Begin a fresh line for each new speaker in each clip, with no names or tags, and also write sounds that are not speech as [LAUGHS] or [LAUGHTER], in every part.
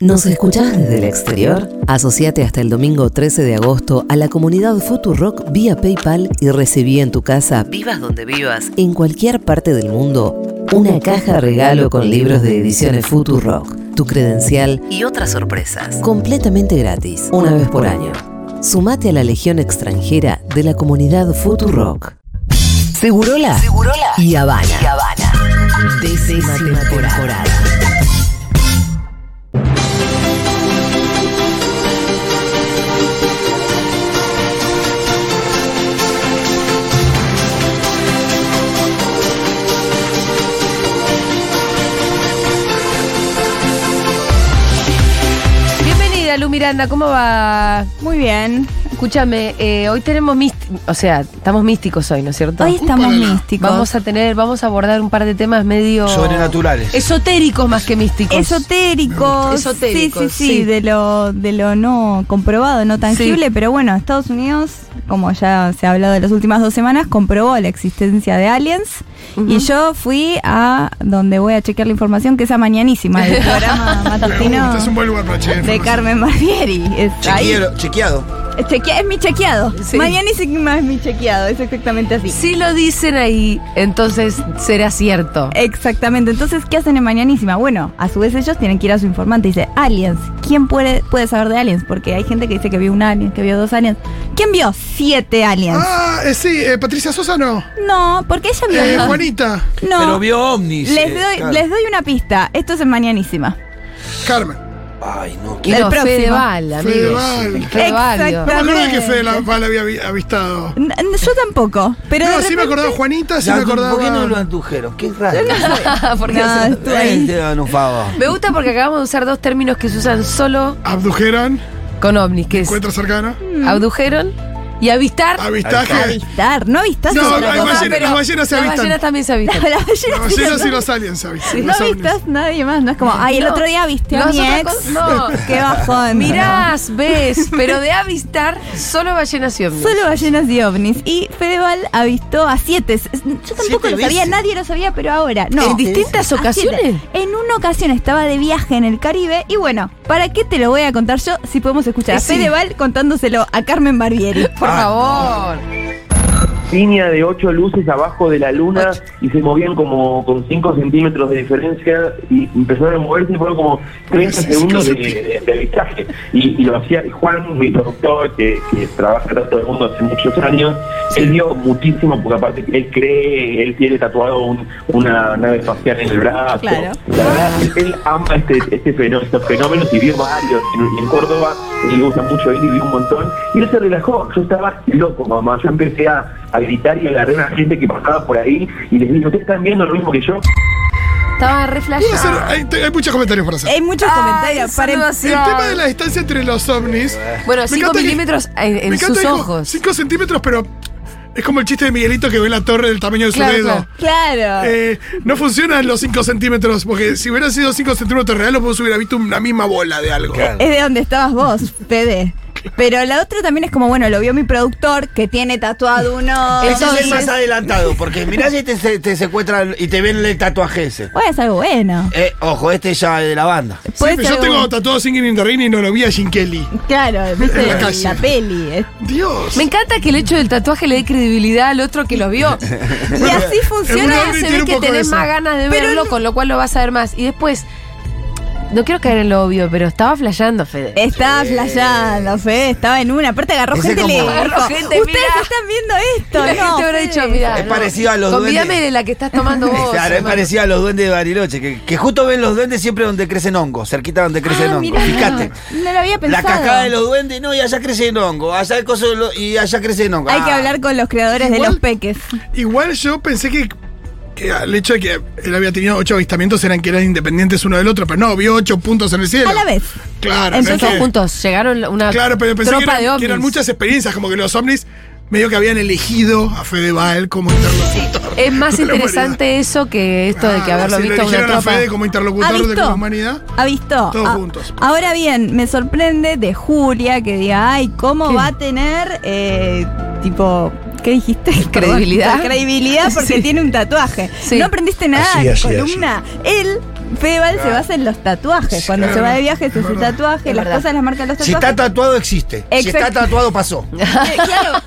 ¿Nos escuchás desde el exterior? Asociate hasta el domingo 13 de agosto a la comunidad Futurock vía PayPal y recibí en tu casa, vivas donde vivas, en cualquier parte del mundo, una caja regalo con libros de ediciones Futurock, tu credencial y otras sorpresas. Completamente gratis, una vez por año. Sumate a la legión extranjera de la comunidad Futurock. Segurola, y Habana. Décima temporada.
Bienvenida, Lu Miranda, ¿cómo va?
Muy bien.
Escúchame, eh, hoy tenemos místicos, o sea, estamos místicos hoy, ¿no es cierto?
Hoy estamos místicos.
Vamos a tener, vamos a abordar un par de temas medio...
Sobrenaturales.
Esotéricos más que místicos.
esotéricos.
Esotéricos,
Sí, sí, sí,
sí.
de lo de lo no comprobado, no tangible, pero bueno, Estados Unidos, como ya se ha hablado en las últimas dos semanas, comprobó la existencia de aliens y yo fui a donde voy a chequear la información que es a mañanísima, el programa matutino
Este es un buen lugar para chequear
de
información.
Carmen Barbieri. Es ahí.
Chequeado, chequeado.
Es chequea- es mi chequeado.
Sí.
Mañanísima es mi chequeado, es exactamente así.
Si lo dicen ahí, entonces será cierto.
Exactamente, entonces, ¿qué hacen en Mañanísima? Bueno, a su vez ellos tienen que ir a su informante y dice, aliens, ¿quién puede, puede saber de aliens? Porque hay gente que dice que vio un alien, que vio dos aliens. ¿Quién vio siete aliens?
Ah, eh, sí, eh, Patricia Sosa no.
No, porque ella
[LAUGHS]
vio...
Eh, Juanita,
No,
Pero vio ovnis.
les,
eh,
doy,
claro.
les doy una pista, esto es en Mañanísima.
Carmen.
Ay, no.
Y
El
no, Fede
próximo.
Val,
Fede
amigo.
Val.
Fede Valio.
No me acordaba que Fede la,
Exactamente.
Val había vi- avistado.
N- n- Yo tampoco, pero...
No,
de
sí me
repente-
acordaba Juanita, sí me
¿Por
acordaba.
qué no lo andujeron? Qué raro. [LAUGHS]
Porque
No,
se-
estuve ahí.
Este anufaba.
Me gusta porque acabamos de usar dos términos que se usan solo
Abdujeron,
con ovnis, que es
encuentro cercano.
abdujeron y avistar.
Avistaje.
Avistar, no avistaste.
No,
otra
hay
cosa.
ballenas, las ballenas se
las
avistan.
ballenas también se avistan.
[LAUGHS] La ballena
Las
sí
ballenas
la-
y los aliens se avistan.
No
los ovnis.
avistas nadie más, no es como, ay, el
No.
otro día viste a
No, es
mi
otra
ex.
cosa. No.
[LAUGHS] Qué bajón.
Mirás, ves, pero de avistar solo ballenas y ovnis.
Solo ballenas y ovnis. Y Fedeval avistó a siete. Yo tampoco
¿Siete
lo sabía,
veces?
nadie lo sabía, pero ahora. No.
¿En distintas
A siete.
ocasiones?
En una ocasión estaba de viaje en el Caribe. Y bueno, ¿para qué te lo voy a contar yo si podemos escuchar a
Eh, sí.
Fedeval contándoselo a Carmen Barbieri?
Por
Ah,
favor.
línea de ocho luces abajo de la luna y se movían como con 5 centímetros de diferencia y empezaron a moverse y fueron como 30 segundos de, de- de avistaje. Y, y lo hacía Juan, mi productor, que, que trabaja en todo el mundo hace muchos años, él vio muchísimo, porque aparte él cree, él tiene tatuado un- una nave espacial en el brazo.
Claro.
La verdad, él ama este, este fenómeno, estos fenómenos y vio varios en, en Córdoba, y le gusta mucho él y vio un montón. Y él se relajó, yo estaba loco, mamá. Yo empecé a, a gritar y agarré a la gente que pasaba por ahí y les dije, ¿ustedes están viendo lo mismo que yo?
Estaba re
Puedo hacer-
flasheado.
hay, te- hay muchos comentarios por
Eh,
hacer.
Hay muchos
Ay,
comentarios. Para em
El
saludación.
tema de la distancia entre los ovnis.
Bueno, 5
encanta que-
milímetros en, en
me encanta
sus
que dijo
ojos.
cinco centímetros, pero es como el chiste de Miguelito que ve la torre del tamaño de su
Claro,
dedo.
claro.
Claro.
Eh, no funcionan los 5 centímetros, porque si hubieran sido 5 centímetros reales, vos hubiera visto una misma bola de algo.
Claro.
Es de donde estabas vos, Fede. Pero la otra también es como, bueno, lo vio mi productor que tiene tatuado uno.
Ese es el más adelantado, porque mirá si te, se- te secuestran y te ven el tatuaje ese.
Bueno, es algo bueno.
Eh, ojo, este ya es de la banda.
Sí,
Puede
pero
ser
yo tengo
algo-
tatuado Singing in the Rain y no lo vi a Jim Kelly.
Claro, viste
En la
la,
calle.
peli. es-
Dios.
Me encanta que el hecho del tatuaje le dé credibilidad al otro que lo
[LAUGHS]
vio.
Y así
un
funciona.
hombre
Se
tiene
ve
un
que
poco de
tenés
eso.
más ganas de
Pero
verlo,
no-
con lo cual lo vas a ver más. Y después, no quiero caer en lo obvio, pero estaba flasheando, Fede.
Estaba flasheando, Fede, estaba en una. Aparte agarró
Ese
gente y le
como-
dijo,
Agarró gente,
ustedes
mirá".
están viendo
[LAUGHS]
esto,
la
¿no?
gente habrá
Fede?".
dicho, mirá.
Es parecido a los
Convídame
duendes.
de la que estás
Oh,
[LAUGHS]
tomando vos.
Claro, Este, es
hermano.
parecido a los duendes de Bariloche, que, que justo ven los duendes siempre donde crecen hongos, cerquita donde crecen
Ah, mirá,
hongos. Fíjate.
No lo había
La
pensado.
cascada de los duendes, no, y allá crece el hongo, allá el coso de lo- y allá crece el hongo.
Hay que
Ah.
hablar con los creadores de
Igual-
los peques.
Igual yo pensé que, que el hecho de que él había tenido 8 avistamientos eran que eran independientes uno del otro, pero no, vio 8 puntos en el cielo.
A la vez.
Claro,
Entonces,
no
Todos
es que-
juntos llegaron una
claro pero pensé que
tropa de
eran, que
ovnis.
eran muchas experiencias, como que los ovnis medio que habían elegido a Fedeval como interlocutor.
Es
[LAUGHS]
más
de la
interesante eso que esto de que
Ah,
haberlo
si
visto
lo
una
eligieron a
tropa.
Fede como interlocutor de la humanidad.
Avistó.
Todos
A-
juntos.
Ah, Ahora bien, me sorprende de Julia que diga, ay, ¿cómo
¿Qué?
va a tener, eh, tipo, ¿qué dijiste? [LAUGHS]
Credibilidad.
Perdón, credibilidad porque
Sí.
tiene un tatuaje.
Sí.
No aprendiste nada,
Así, así,
columna. Él Fedeval se basa en los tatuajes.
Sí,
Cuando se
claro.
va de viaje, se hace un tatuaje,
Es
las
verdad.
cosas las marcan los
Si está
tatuajes. [LAUGHS]
tatuado, existe. Si está
Exacto. [LAUGHS]
tatuado, pasó.
claro.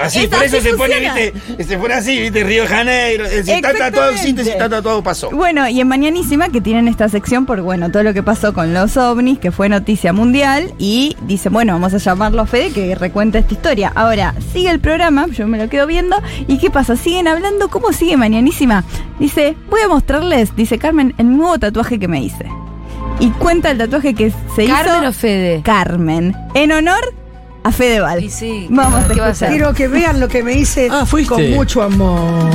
Así,
Esa
por eso
sí
se pone,
funciona.
viste, se pone así, viste, Río de Janeiro. Eh, Si está
Exactamente.
tatuado, existe, si está tatuado, pasó.
Bueno, y en Mañanísima que tienen esta sección por bueno, todo lo que pasó con los ovnis, que fue noticia mundial, y dicen, bueno, vamos a llamarlo a Fede que recuenta esta historia. Ahora, sigue el programa, yo me lo quedo viendo, y ¿qué pasa? Siguen hablando, ¿cómo sigue Mañanísima? Dice, voy a mostrarles, dice Carmen, el nuevo tatuaje que me hice. Y cuenta el tatuaje que se
¿Carmen o
hizo
Fede?
Carmen, en honor a Fedeval.
Y sí,
Vamos a
¿qué va a
escuchar.
hacer?
Quiero que vean lo que me hice
Ah, fuiste.
con mucho amor.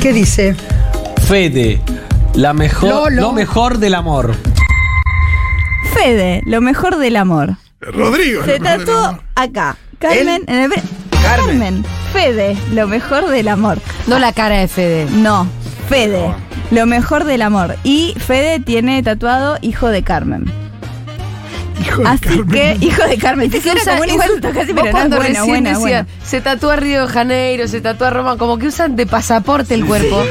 ¿Qué dice?
Fede, la mejor,
Lolo.
lo mejor del amor.
Fede, lo mejor del amor.
Rodrigo.
Se
lo mejor del
tatuó
amor.
acá. Carmen, en el bra-
Carmen.
Carmen. Fede, lo mejor del amor.
No la cara de Fede.
No, Fede, lo mejor del amor. Y Fede tiene tatuado hijo de Carmen.
Hijo de
Así
Carmen.
que, hijo de Carmen. Se
Es que
suena
usa-
como un
usa-
insulto casi,
vos
pero no es
cuando
bueno,
recién
bueno,
decían,
bueno.
se tatúa Río de Janeiro, se tatúa Roma, como que usan de pasaporte el cuerpo.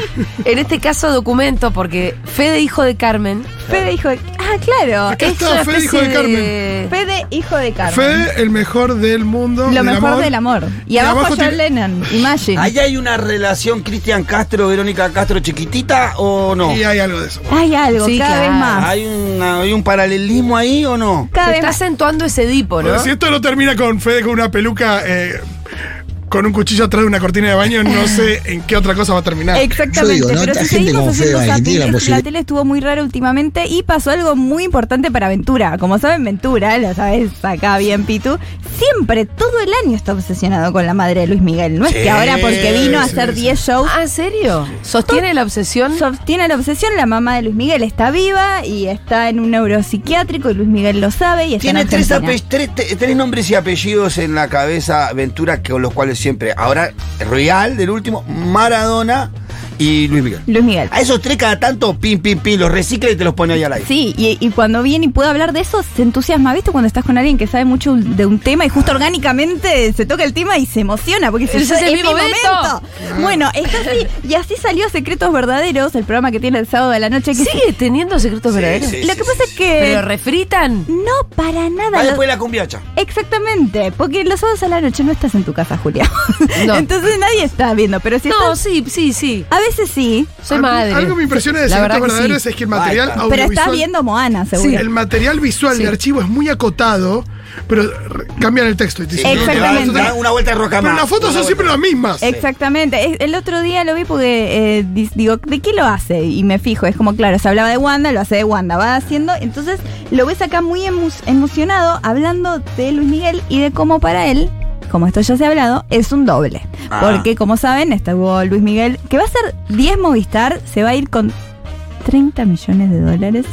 En este caso documento, porque Fede, hijo de Carmen,
Fede, hijo de... Ah, claro.
Acá
es
está,
una
Fede, hijo
especie
de Carmen.
Fede, hijo de Carmen.
Fede, el mejor del mundo.
lo
del
mejor
amor.
del amor. Y,
Y
abajo,
abajo
John
tiene-
Lennon, Imagine.
¿Ahí hay una relación Cristian Castro, Verónica Castro chiquitita o no?
Y hay algo de eso.
Hay algo,
Sí,
cada
claro.
vez más.
¿Hay, una- ¿Hay un paralelismo ahí o no?
Cada
Se
vez
está
más.
acentuando ese dipo, ¿no?
Bueno, si esto no termina con Fede con una peluca, eh, con un cuchillo atrás de una cortina de baño,
[LAUGHS]
no sé en qué otra cosa va a terminar.
Exactamente,
Yo digo, ¿no?
pero
Esta
si
gente
seguimos
como
haciendo
fea,
zapping,
tiene la
es- la
posibilidad-
tele estuvo muy rara últimamente y pasó algo muy importante para Ventura. Como saben, Ventura, lo sabes acá bien, Pitu, siempre, todo el año está obsesionado con la madre de Luis Miguel. No es
Sí,
que ahora porque vino a
sí,
hacer
sí.
10 shows.
Ah, ¿en serio? ¿Sostiene la obsesión?
Tiene la obsesión, la mamá de Luis Miguel está viva y está en un neuropsiquiátrico y Luis Miguel lo sabe y está
Tiene
en
tres,
Argentina.
ape- tres- te- tres nombres y apellidos en la cabeza Ventura con los cuales siempre. Ahora, Real, del último, Maradona y Luis Miguel.
Luis Miguel.
A esos tres cada tanto, pim, pim, pim, los recicla y te los pone ahí al aire.
Sí, y, y cuando viene y puede hablar de eso, se entusiasma, ¿viste? Cuando estás con alguien que sabe mucho de un tema y justo orgánicamente se toca el tema y se emociona, porque se
Ese es el momento".
Bueno, es así, y así salió Secretos Verdaderos, el programa que tiene el sábado de la noche. Que
¿Sigue teniendo secretos
Sí,
verdaderos?
sí. pues.
Lo que pasa es
¿Pero
que
refritan?
no para
Va
nada.
después
lo-
la cumbiacha.
Exactamente, porque los sábados a la noche no estás en tu casa, Julia.
No.
[LAUGHS] Entonces nadie está viendo, pero si
No,
estás...
sí, sí, sí.
A veces sí,
Soy
algo,
madre.
Algo me impresiona de
La verdad
Secretos
que sí.
Verdaderos es que el material
Basta.
audiovisual.
pero estás viendo Moana, seguro.
El material visual
Sí.
de archivo es muy acotado, pero re- cambian el texto. y te dicen,
Sí,
no,
te va-
Exactamente.
te da Una vuelta de roca
Pero
más.
las fotos
Una
son
vuelta.
siempre las mismas.
Exactamente. Es- El otro día lo vi porque eh, dis- digo, ¿de qué lo hace? Y me fijo, es como, claro, se hablaba de Wanda, lo hace de Wanda, va haciendo. Entonces lo ves acá muy emu- emocionado hablando de Luis Miguel y de cómo para él, como esto ya se ha hablado, es un doble.
Ah.
Porque como saben, estuvo Luis Miguel, que va a ser 10 Movistar, se va a ir con 30 millones de dólares.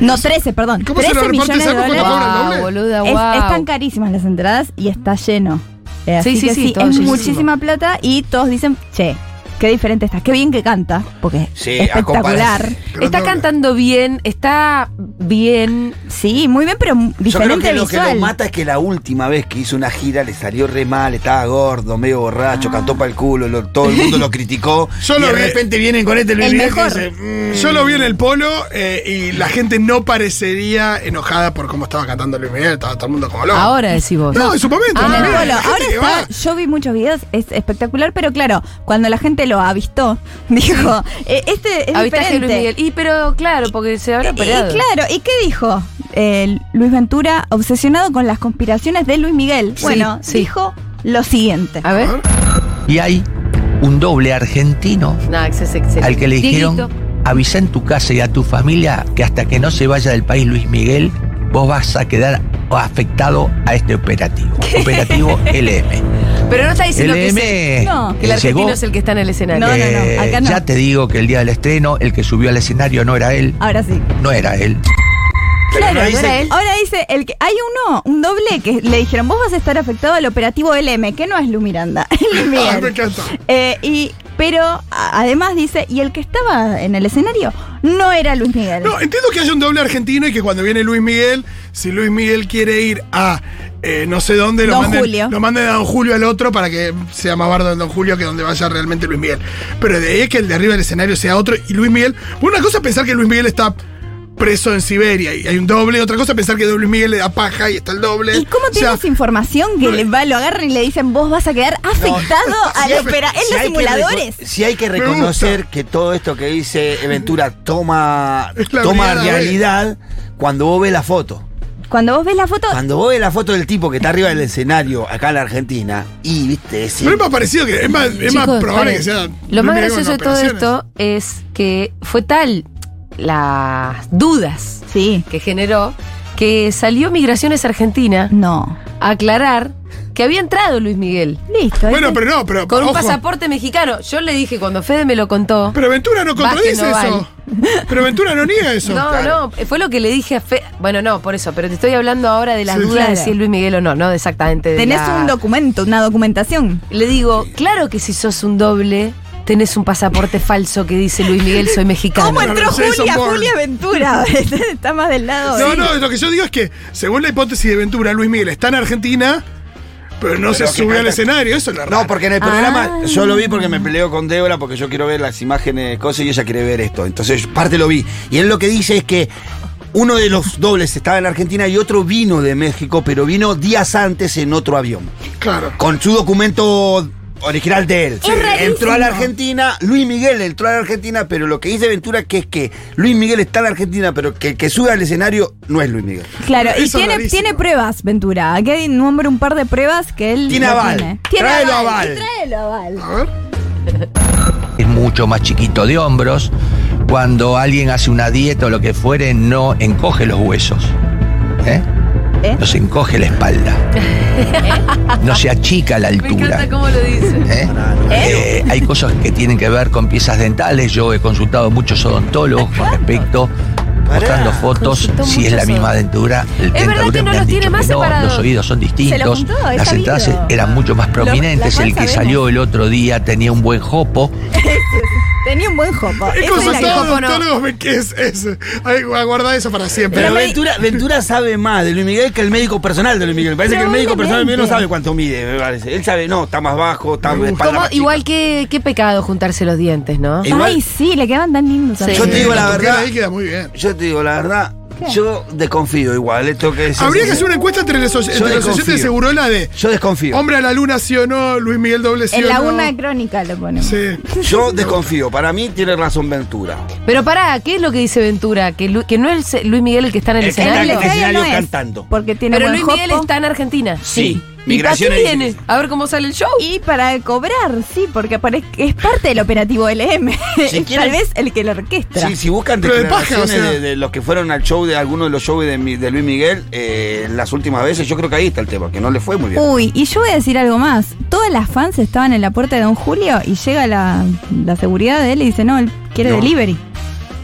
No, 13, perdón.
Eh, ¿Y cómo se lo
13
reparte
millones
esa
de
copa?
dólares.
cobran
Guau,
doble?
boluda,
Es-
guau.
están carísimas las entradas y está lleno. Eh, así
sí,
que
sí,
sí,
todo
es
llenísimo.
muchísima plata y todos dicen, che, qué diferente estás, qué bien que canta, porque
Sí,
es
a comparación.
espectacular.
Pero
Está
no-
cantando bien, está bien.
Sí, muy bien, pero m-
Yo creo que
diferente
lo que lo
visual.
mata es que la última vez que hizo una gira le salió re mal, estaba gordo, medio borracho, cantó para el culo, lo- todo
[LAUGHS]
el mundo lo criticó.
Yo
y
lo
de
vi-
repente vienen con este Luis
El
Miguel que
mejor.
dice, mm,
Yo lo vi en el polo eh, y la gente no parecería enojada por cómo estaba cantando Luis Miguel, estaba todo el mundo como loco.
Ahora decís vos.
No, en su momento.
Ah,
también.
Bueno,
[LAUGHS]
Hay gente
ahora
que va-
está, yo vi muchos videos, es espectacular, pero claro, cuando la gente lo avistó, [LAUGHS] dijo, "Eh, este es
Habitaje de Luis
diferente.
Miguel. Y pero claro, porque se habrá
Y, y
operado.
claro, ¿y qué dijo eh, Luis Ventura, obsesionado con las conspiraciones de Luis Miguel?
Sí,
Bueno,
sí.
dijo lo siguiente.
A ver.
Y hay un doble argentino
No, ese es excelente.
al que le
Dieguito.
dijeron, avisa en tu casa y a tu familia que hasta que no se vaya del país Luis Miguel, vos vas a quedar afectado a este operativo. Operativo LM.
Pero no está diciendo que,
LM.
ese-
No,
que el argentino
llegó,
es el que está en el escenario.
No, no, no, acá no.
Ya te digo que el día del estreno, el que subió al escenario no era él,
Ahora sí.
no era él.
pero
claro,
no
no
dice-
era él.
Ahora dice, el que hay uno, un doble que le dijeron, vos vas a estar afectado al operativo LM, que no es Lu Miranda, [LAUGHS] es Luis
[LAUGHS] Ah, me
Miguel.
encanta.
Eh, y, pero a- además dice, y el que estaba en el escenario no era Luis Miguel.
No, entiendo que haya un doble argentino y que cuando viene Luis Miguel, si Luis Miguel quiere ir a eh, no sé dónde, lo
Don
manden,
Julio.
lo manden a Don Julio al otro para que sea más bardo en Don Julio que donde vaya realmente Luis Miguel. Pero de ahí es que el de arriba del escenario sea otro y Luis Miguel. Una cosa es pensar que Luis Miguel está preso en Siberia y hay un doble. Otra cosa es pensar que Luis Miguel le da paja y está el doble.
¿Y cómo
eh, O sea,
tienes información que
no,
le va, lo agarran y le dicen vos vas a quedar afectado a la espera en los
hay que reco-
simuladores?
si hay que
Me
reconocer que todo esto que dice Ventura toma,
Es la
toma
realidad, eh.
realidad cuando vos ves la foto.
Cuando vos ves la foto,
Cuando vos ves la foto del tipo que está arriba del escenario acá en la Argentina y viste ese-
Pero es más parecido que. Es más, es más
Chicos,
probable
paren.
que sea.
Lo
Luis
más
Miguel
gracioso de
con
todo esto
operaciones.
es que fue tal las dudas
sí,
que generó que salió Migraciones Argentina
no.
a aclarar que había entrado Luis Miguel
Listo. ahí
Bueno,
está.
pero no, pero.
con un
ojo.
pasaporte mexicano. Yo le dije cuando Fede me lo contó.
Pero Ventura no contradice
Vázquez
eso. Pero Ventura no niega eso.
no, no, fue lo que le dije a Fede. Bueno, no, por eso, pero te estoy hablando ahora de las
Sí.
dudas de
Claro.
si es Luis Miguel o no, no exactamente. de
Tenés
la-
un documento, una documentación.
Le digo, claro que si sos un doble, tenés un pasaporte falso que dice Luis Miguel, soy mexicano.
¿Cómo entró
no, Jason
Julia?
Bourne.
Julia Ventura. [LAUGHS] está más del lado.
No,
sí.
no, lo que yo digo es que, según la hipótesis de Ventura, Luis Miguel está en Argentina, pero no se
Pero que
sube al
canta-
escenario, eso es la
No, porque en el programa yo lo vi porque me peleo con Débora porque yo quiero ver las imágenes, cosas y ella quiere ver esto. Entonces, parte lo vi. Y él lo que dice es que uno de los dobles estaba en la Argentina y otro vino de México, pero vino días antes en otro avión.
Claro.
Con su documento original de él. Entró a la Argentina, Luis Miguel entró a la Argentina, pero lo que dice Ventura que es que Luis Miguel está en la Argentina, pero que el que sube al escenario no es Luis Miguel.
Claro, y
Eso es
tiene,
rarísimo.
tiene pruebas, Ventura. Aquí hay nombra un par de pruebas que él.
Tiene
no
aval.
Tiene
Tráelo aval.
Tráelo aval.
A ver.
es mucho más chiquito de hombros. Cuando alguien hace una dieta o lo que fuere, no encoge los huesos. ¿Eh?
¿Eh?
No se encoge
[LAUGHS]
la espalda. No se achica la
¿Eh? Me
altura.
encanta cómo lo dice.
¿Eh? Eh, hay cosas que tienen que ver con piezas dentales. Yo he consultado a muchos odontólogos con respecto, mostrando fotos,
Consultó
si es la
muchos
misma dentura. el
verdad
dentadura
que no
me
los
han
tiene
dicho
más
que no,
separados.
los oídos son
lo
distintos,
juntó,
las
está
entradas
vivo.
eran mucho más prominentes.
la
el
cual
que
sabemos.
salió el otro día tenía un buen jopo.
Tenía un buen jopo. Esa
He
es la que-
consultado a
copa, no.
odontólogos, ve que es, es, hay que guardar eso para siempre.
Pero Ventura, Ventura sabe más de Luis Miguel que el médico personal de Luis Miguel. Me parece que el médico personal de Luis Miguel no sabe cuánto mide, me parece. Él sabe, no, está más bajo, está de espalda
Como-
más chica.
igual que qué pecado juntarse los dientes, ¿no?
Eh, Igual-
Ay, sí, le quedan tan lindos.
Sí.
a mí.
Yo te digo la
tu piel
verdad.
Ahí queda muy bien.
Yo te digo la verdad,
¿Qué?
yo desconfío igual. Esto que es-
Habría que hacer una encuesta entre los, oy-
Yo
entre los
desconfío.
oyentes de Segurola de
Yo desconfío.
Hombre a la Luna, sí o no, Luis Miguel Doble, sí
En
o
la
no.
una crónica lo ponemos.
Sí.
Yo desconfío. Para mí tiene razón Ventura.
Pero pará, ¿qué es lo que dice Ventura? Que, Lu- que no es Luis Miguel el que está en el
El que está en
escenario.
el escenario.
no es,
cantando.
Porque tiene
Pero
buen
Luis Miguel
jopo.
está en Argentina.
Sí.
¿Y para qué
Migraciones-
viene? A ver cómo sale el show.
Y para cobrar, sí, porque parece que es parte del operativo LM.
Si
[LAUGHS] Tal
quieren-
vez el que lo orquestra.
Sí, si buscan
Pero de
declaraciones
paja, o sea.
de, de los que fueron al show de alguno de los shows de, mi- de Luis Miguel eh, las últimas veces, yo creo que ahí está el tema, que no le fue muy
Uh,
bien.
Uy, y yo voy a decir algo más. Todas las fans estaban en la puerta de Don Julio y llega la, la seguridad de él y dice, no, él quiere
No.
delivery.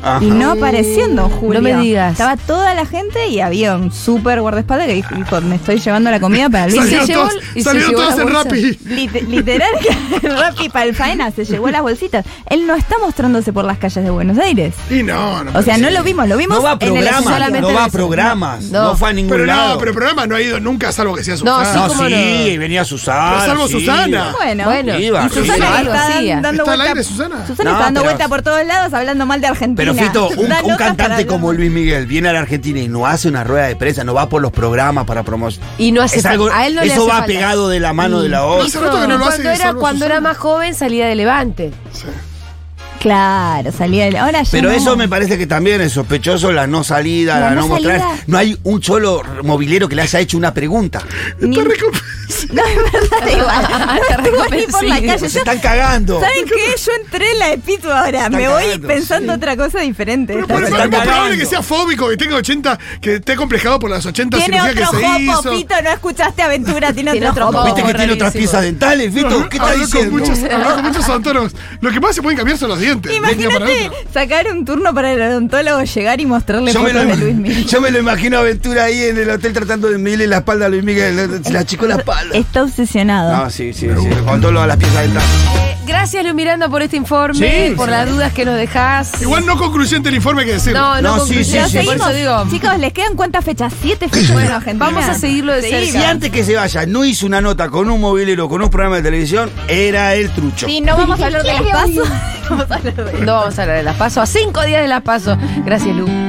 Ajá.
Y no apareció en Don Julio.
No me digas.
Estaba toda la gente y había un súper guardaespaldas que dijo, hijo, me estoy llevando la comida para Luis.
Salieron
se llevó-
todos,
y se
salieron
llevó la
todos en
bolsa.
Rappi.
Lit- literal, [LAUGHS] que Rappi Palfaena se llevó las bolsitas. Él no está mostrándose por las calles de Buenos Aires.
Y no, no.
O sea, no lo vimos, lo vimos
No va a
en el
programas,
escenario.
no va a
solamente-
programas,
No.
no, fue a ningún
pero
lado.
no, pero el programa no ha ido nunca, salvo que sea su
No,
fan.
sí,
No,
¿cómo
sí,
no?
venía Susana.
Pero salvo
sí.
Susana.
Bueno,
Bueno,
Iba,
y Susana
iba.
iba,
está
siga.
dando
¿Está al
vuelta-
aire, Susana?
Susana
No,
está dando
pero-
vuelta por todos lados hablando mal de Argentina.
Pero Fito, un,
Da
un
notas para
cantante
hablar
como
mal.
Luis Miguel viene a la Argentina y no hace una rueda de prensa, no va por los programas para promocionar.
Y no hace
Es algo-
falta- a él no le
eso
hace
va
falta.
pegado de la mano de la otra.
Hace rato que no lo hace,
cuando era,
salvo
cuando era
Susana.
más joven salía de Levante.
Sí.
Claro, salía del. Ahora ya
Pero
no.
eso me parece que también es sospechoso, la no salida,
La
la,
no
no, mostrar.
salida.
No hay un solo movilero que le haya hecho una pregunta.
Ni-
Está recomp-
[LAUGHS] No, es
[LAUGHS]
verdad, igual. No estuvo ni por la
Sí.
calle.
Ah, Se
Yo-
están cagando.
¿Saben qué? Yo entré en la de Pito ahora. Me voy
cagando,
pensando otra cosa diferente.
Pero
Está
por- pero es más
cagando.
probable que sea fóbico, que tenga 80, que esté complejado por las 80
Tiene
cirugías que
otro
se
jopo,
hizo.
Pito. No escuchaste aventura, tiene,
Tiene
otro
otro
jopo.
¿Viste que tiene otras
rarísimo.
piezas dentales, Fito? ¿Qué está
Habló con
diciendo?
muchos, habló con muchos odontólonos. Lo que más se pueden cambiar son los dientes. de un día para
Imagínate
otro.
sacar un turno para el odontólogo, llegar y mostrarle
Yo me,
fotos
lo,
de Luis Miguel.
yo me lo imagino a Ventura ahí en el hotel tratando de medirle la espalda a Luis Miguel. Se la achicó la espalda.
Está obsesionado.
No, sí, sí, sí. Con todo lo de las piezas dentales.
Eh, gracias, Lu Miranda, por este informe,
Sí,
por
sí.
las dudas que nos dejás.
Igual no concluyente el informe que decir.
no, no,
No, sí,
concluyó,
Pero
sí, sí,
por eso
seguimos.
digo.
Chicos, ¿les quedan cuántas fechas? Siete fechas en Argentina.
Vamos a seguirlo de
Seguimos.
Si
cerca.
antes que se vaya no hizo una nota con un movilero, con un programa de televisión, era el trucho.
Sí, no vamos a hablar de las pasos.
No vamos a hablar de las paso. A cinco días de las paso. Gracias, Lu.